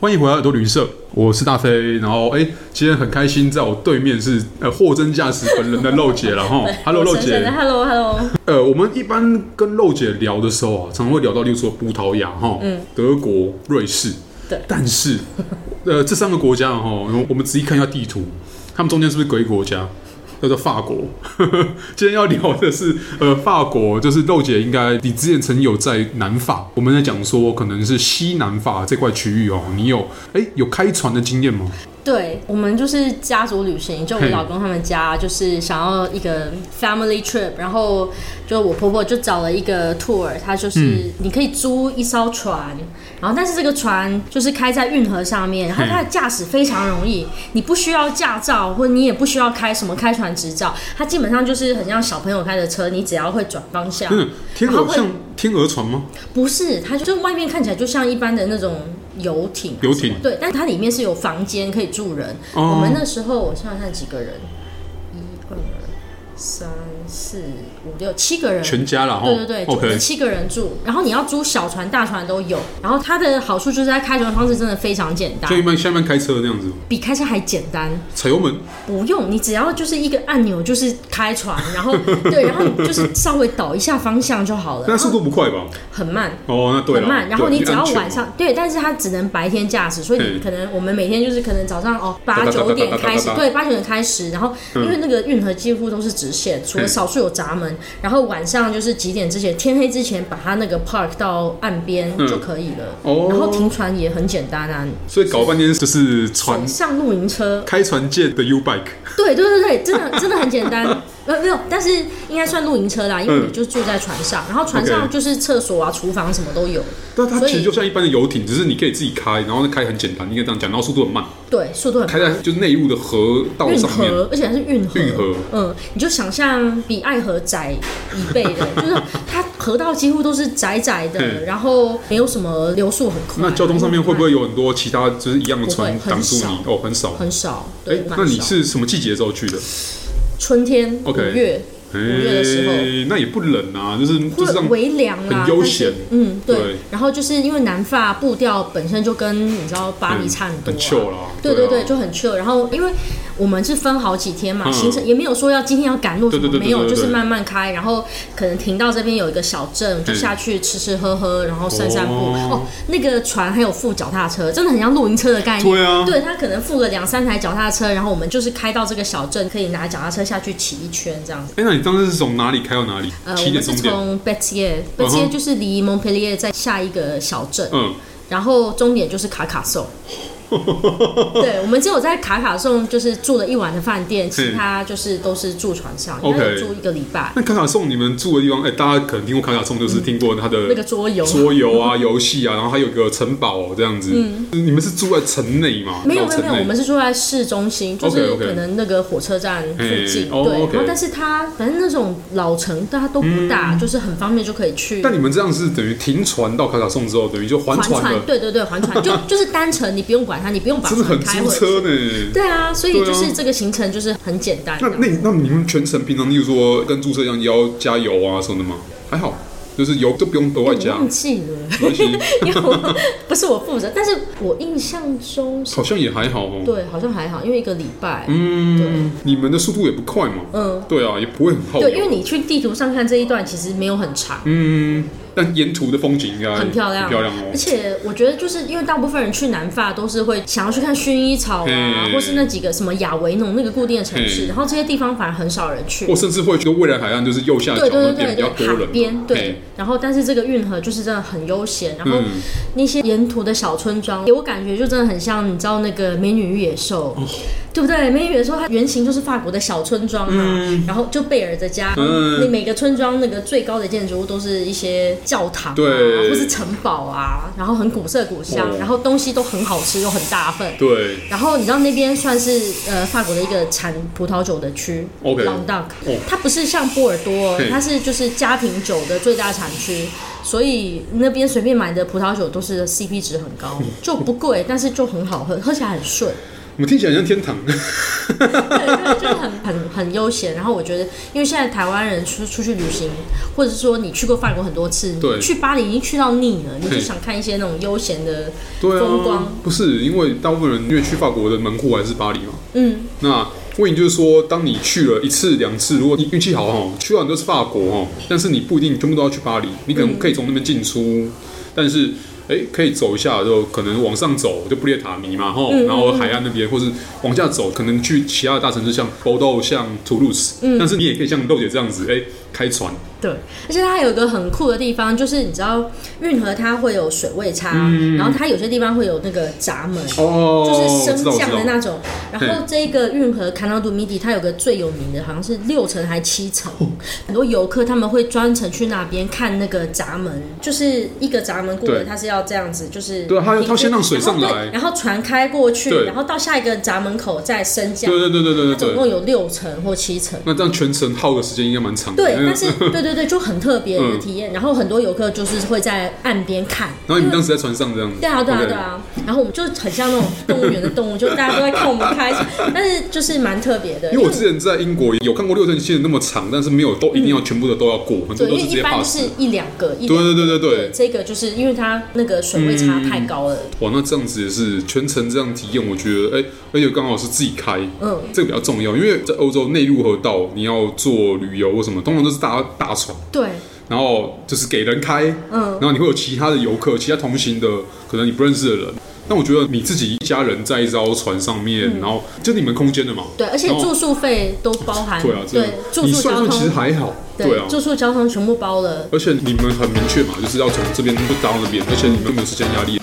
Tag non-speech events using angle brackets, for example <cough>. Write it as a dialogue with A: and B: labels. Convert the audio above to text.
A: 欢迎回来耳朵旅社，我是大飞。然后，哎，今天很开心，在我对面是呃货真价实本人的肉姐了哈。Hello，肉姐。
B: ，Hello Hello，
A: 呃，我们一般跟肉姐聊的时候啊，常常会聊到，例如说葡萄牙哈、德国、瑞士。
B: 嗯对
A: 但
B: <laughs>
A: 是，呃，这三个国家哈，我我们仔细看一下地图，他们中间是不是隔一个国家？叫做法国。 <laughs> 今天要聊的是，呃，法国，就是肉姐应该你之前曾有在南法，我们在讲说可能是西南法这块区域哦，你有哎有开船的经验吗？
B: 对我们就是家族旅行，就我
A: 嘿
B: 老公他们家就是想要一个 family trip，然后就我婆婆就找了一个 tour，她
A: 嗯
B: 就是你可以租一艘船，然后但是这个船就是开在运河上面，然后
A: 嘿
B: 它的驾驶非常容易，你不需要驾照，或你也不需要开什么开船执照，它基本上就是很像小朋友开的车，你只要会转方向，
A: 嗯，天
B: 然
A: 鹅
B: 后会
A: 像天鹅船吗？
B: 不是，它就外面看起来就像一般的那种游艇，
A: 游艇
B: 对，但它里面是有房间可以住人。
A: 哦
B: 我们那时候我想想看几个人，一二三四五六七个人。
A: 全家啦哈。
B: 对对对，就
A: 哦，OK
B: 是。七个人住，然后你要租小船、大船都有。然后它的好处就是它开船方式真的非常简
A: 就一
B: 单，
A: 般下面开车那样子，
B: 比开车还简单。
A: 踩油门，
B: 不用，你只要就是一个按钮，就是开船，然后对，然后你就是稍微倒一下方向就好了。
A: <laughs> 那速度不快吧？
B: 很慢，
A: 哦，那对了，
B: 很慢，然后
A: 对
B: 你只要
A: 安全
B: 晚上对，但是它只能白天驾驶，所以你
A: 嗯
B: 可能我们每天就是可能早上哦
A: 哒
B: 八
A: 哒哒
B: 九点
A: 哒哒
B: 开始
A: 哒，
B: 对八九点开始，然后因为那个运河几乎都是直线，除了
A: 嗯
B: 少数有闸门，然后晚上就是几点之前天黑之前把它那个 park 到岸边
A: 嗯
B: 就可以了，
A: 哦
B: 然后停船也很简单啊，
A: 所以搞半天就是船
B: 上露营车，
A: 开船界的 U bike，
B: 对对对对，真的真的很简
A: <laughs>
B: 单。呃，没有，但是应该算露营车啦，因为
A: 嗯
B: 你就住在船上，然后船上
A: OK
B: 就是厕所啊、厨房什么都有。
A: 但它
B: 所以
A: 其实就像一般的游艇，只是你可以自己开，然后开很简单，你可以这样讲，然后速度很慢，
B: 对，速度很
A: 开在就是内陆的河道
B: 运
A: 上面。
B: 河，而且还是运河。
A: 运河
B: 嗯，你就想象比爱河窄一倍
A: <laughs>
B: 的，就是它河道几乎都是窄窄的，
A: 嗯
B: 然后没有什么流速很快。
A: 那交通上面会不会有很多其他就是一样的船
B: 不会
A: 挡
B: 很
A: 住
B: 少
A: 你？哦，很少。
B: 很少？对，
A: 哎，
B: 蛮
A: 那你
B: 少
A: 是什么季节的时候去的？
B: 春天
A: OK
B: 五月
A: 五
B: 月的时候
A: 那也不冷啊，就是就
B: 会
A: 是让
B: 微凉啊，
A: 很悠
B: 但是
A: 闲
B: 嗯，
A: 对
B: 对。然后就是因为南法步调本身就跟你知道巴黎差很多、啊
A: 很 chill 啦
B: 对
A: 对
B: 对
A: 啊
B: 对，就很 chill。然后因为我们是分好几天嘛，
A: 嗯
B: 行程也没有说要今天要赶路什
A: 对
B: 么，
A: 对对对
B: 没有，
A: 对对
B: 就是
A: 对
B: 慢慢开，然后可能停到这边有一个小镇，就下去吃吃喝喝，然后散散步。
A: 嗯哦
B: 哦，那个船还有附脚踏车，真的很像露营车的概念。
A: 对啊
B: 对他可能附了两三台脚踏车，然后我们就是开到这个小镇，可以拿脚踏车下去骑一圈这样子。
A: 哎，那你当时是从哪里开到哪里
B: 呃，？
A: 起
B: 我
A: 点
B: 们是
A: 终点？
B: 从 b e t i e r b
A: 嗯哼
B: e t i e r 就是离蒙培利耶在下一个小镇，
A: 嗯， <laughs>
B: 然后终点就是卡卡颂。
A: 哦
B: 对，我们只有在卡卡颂就是住了一晚的饭店，其他就是都是住船上，应
A: OK
B: 该有住一个礼拜。
A: 那卡卡颂你们住的地方，哎，大家可能听过卡卡颂，就是听过它的
B: 嗯那个桌游
A: 桌游啊、游戏啊，然后还有个城堡这样子。你们是住在城内吗？
B: 嗯没有
A: 老
B: 没
A: 哦
B: 有
A: 城
B: 没有，
A: 内
B: 我们是住在市中心，就是
A: OK，OK
B: 可能那个火车站附
A: 嘿
B: 近。
A: 哦
B: 对，
A: OK
B: 然后但是它反正那种老城它都不大，就是很方便就可以去。
A: 嗯但你们这样是等于停船到卡卡颂之后，等于就还
B: 环
A: 船了，
B: 对对对，环船就就是单程，你不用管它，你不用
A: <laughs>
B: 把
A: 真的
B: 船
A: 很
B: 开
A: 租
B: 回去。
A: 车呢。
B: 对啊，所以
A: 对啊
B: 就是这个行程就是很简单。
A: 那那你那你们全程平常，例如说跟注册一样，也要加油啊什么的吗？还好，就是油都不用额外
B: 我
A: 加，
B: 忘记
A: 关
B: 了， <laughs>
A: 系
B: 因为我不是我负责，但是我印象中是
A: 好像也还好哦。
B: 对，好像还好，因为一个礼拜，
A: 嗯，你们的速度也不快嘛。
B: 嗯，
A: 对啊，也不会很耗油。
B: 对，因为你去地图上看这一段其实没有很长，
A: 嗯，但沿途的风景应该
B: 很漂亮，
A: 很漂亮哦
B: 而。且我觉得就是因为大部分人去南法都是会想要去看薰衣草啊，
A: 嘿
B: 或是那几个什么亚维农那个固定的城市，
A: 嘿
B: 然后这些地方反而很少人去
A: 或。甚至会觉得蔚蓝海岸就是右下角
B: 对对
A: 那
B: 对
A: 边
B: 对
A: 比较
B: 对，
A: 多
B: 海
A: 人，
B: 边对
A: 嘿，
B: 然后但是这个运河就是真的很悠闲，然后
A: 嗯
B: 那些沿途的小村庄，给我感觉就真的很像你知道那个《美女与野兽》
A: 嗯
B: 对不对？《美女与野兽》它原型就是法国的小村庄嘛，然后就贝尔的家，
A: 嗯
B: 那每个村庄那个最高的建筑物都是一些教堂啊，
A: 对
B: 或是城堡啊，然后很古色古香
A: 哦，
B: 然后东西都很好吃又很大份。
A: 对，
B: 然后你知道那边算是呃法国的一个产葡萄酒的区
A: OK
B: l o n d o c
A: 哦
B: 它不是像波尔多哦
A: 嘿，
B: 它是就是家庭酒的最大产区，所以那
A: <laughs>
B: 边随便买的葡萄酒都是 CP 值很高，就不贵，但是就很好喝，喝起来很顺。 <laughs>
A: 我们听起来很像天堂。
B: 对，就是很很很悠闲。然后我觉得，因为现在台湾人出出去旅行，或者说你去过法国很多次，
A: 对
B: 你去巴黎已经去到腻了，你就
A: 嘿
B: 想看一些那种悠闲的，
A: 对
B: 风光
A: 啊，不是因为大部分人因为去法国的门户还是巴黎嘛。
B: 嗯，
A: 那问题就是说，当你去了一次两次，如果你运气好哦，去完都是法国哦，但是你不一定全部都要去巴黎，你可能可以从那边进出，但是。哎，可以走一下，就可能往上走，就布列塔尼嘛，
B: 嗯
A: 吼，然后海岸那边，或是往下走，可能去其他的大城市，像波豆、像图卢斯，
B: 嗯
A: 但是你也可以像豆姐这样子，哎，开船，
B: 对。而且它还有一个很酷的地方，就是你知道运河它会有水位差，然后它有些地方会有那个闸门。
A: 嗯哦，
B: 就是
A: 我知道，我
B: 升
A: 知
B: 降的
A: 道，
B: 那种，然后这个运河 Canal do Midi 它有个最有名的，好像是六层还七层，
A: 哦
B: 很多游客他们会专程去那边看那个闸门，就是一个闸门过
A: 对
B: 了，它是要这样子，就是
A: 对啊它要它先让水上
B: 然后
A: 来
B: 对然后船开过去
A: 对，
B: 然后到下一个闸门口再升降
A: 对，对对对对
B: 它
A: 对
B: 总
A: 对，
B: 共有六层或七层。
A: 那这样全程耗的时间应该蛮长的，
B: 对，
A: 因为
B: 但是对对对，就很特别的
A: 嗯
B: 体验。然后很多游客就是会在岸边看，
A: 然后你们当时在船上这样子，
B: 对啊，对啊，
A: OK
B: 对啊。然后我们就很像那种动物园的动物，就大家都在看我们开心，但是就是蛮特别的。
A: 因为我之前在英国有看过六阵线那么长，但是没有都一定要全部的都要过，很多
B: 对，因
A: 都
B: 为
A: 是直
B: 一
A: 接
B: 般就
A: pass
B: 是。一两个，一
A: 对
B: 两个
A: 对对对
B: 对
A: 对，，嗯
B: 这个就是因为它那个水位差太高了，
A: 哇，那这样子也是全程这样体验，我觉得哎、而且刚好是自己开，
B: 嗯，
A: 这个比较重要，因为在欧洲内陆河道你要做旅游或什么，通常都是大大船，
B: 对，
A: 然后就是给人开，
B: 嗯
A: 然后你会有其他的游客、其他同行的，可能你不认识的人。但我觉得你自己一家人在一艘船上面，然后就你们空间的嘛，
B: 嗯对，而且
A: 然后
B: 住宿费都包含，
A: 对啊，这
B: 对，住
A: 你
B: 宿
A: 算
B: 交
A: 算其实
B: 通，
A: 还好，对啊，
B: 住宿交通全部包了。
A: 而且你们很明确嘛，就是要从这边到那边，而且你们没有时间压力。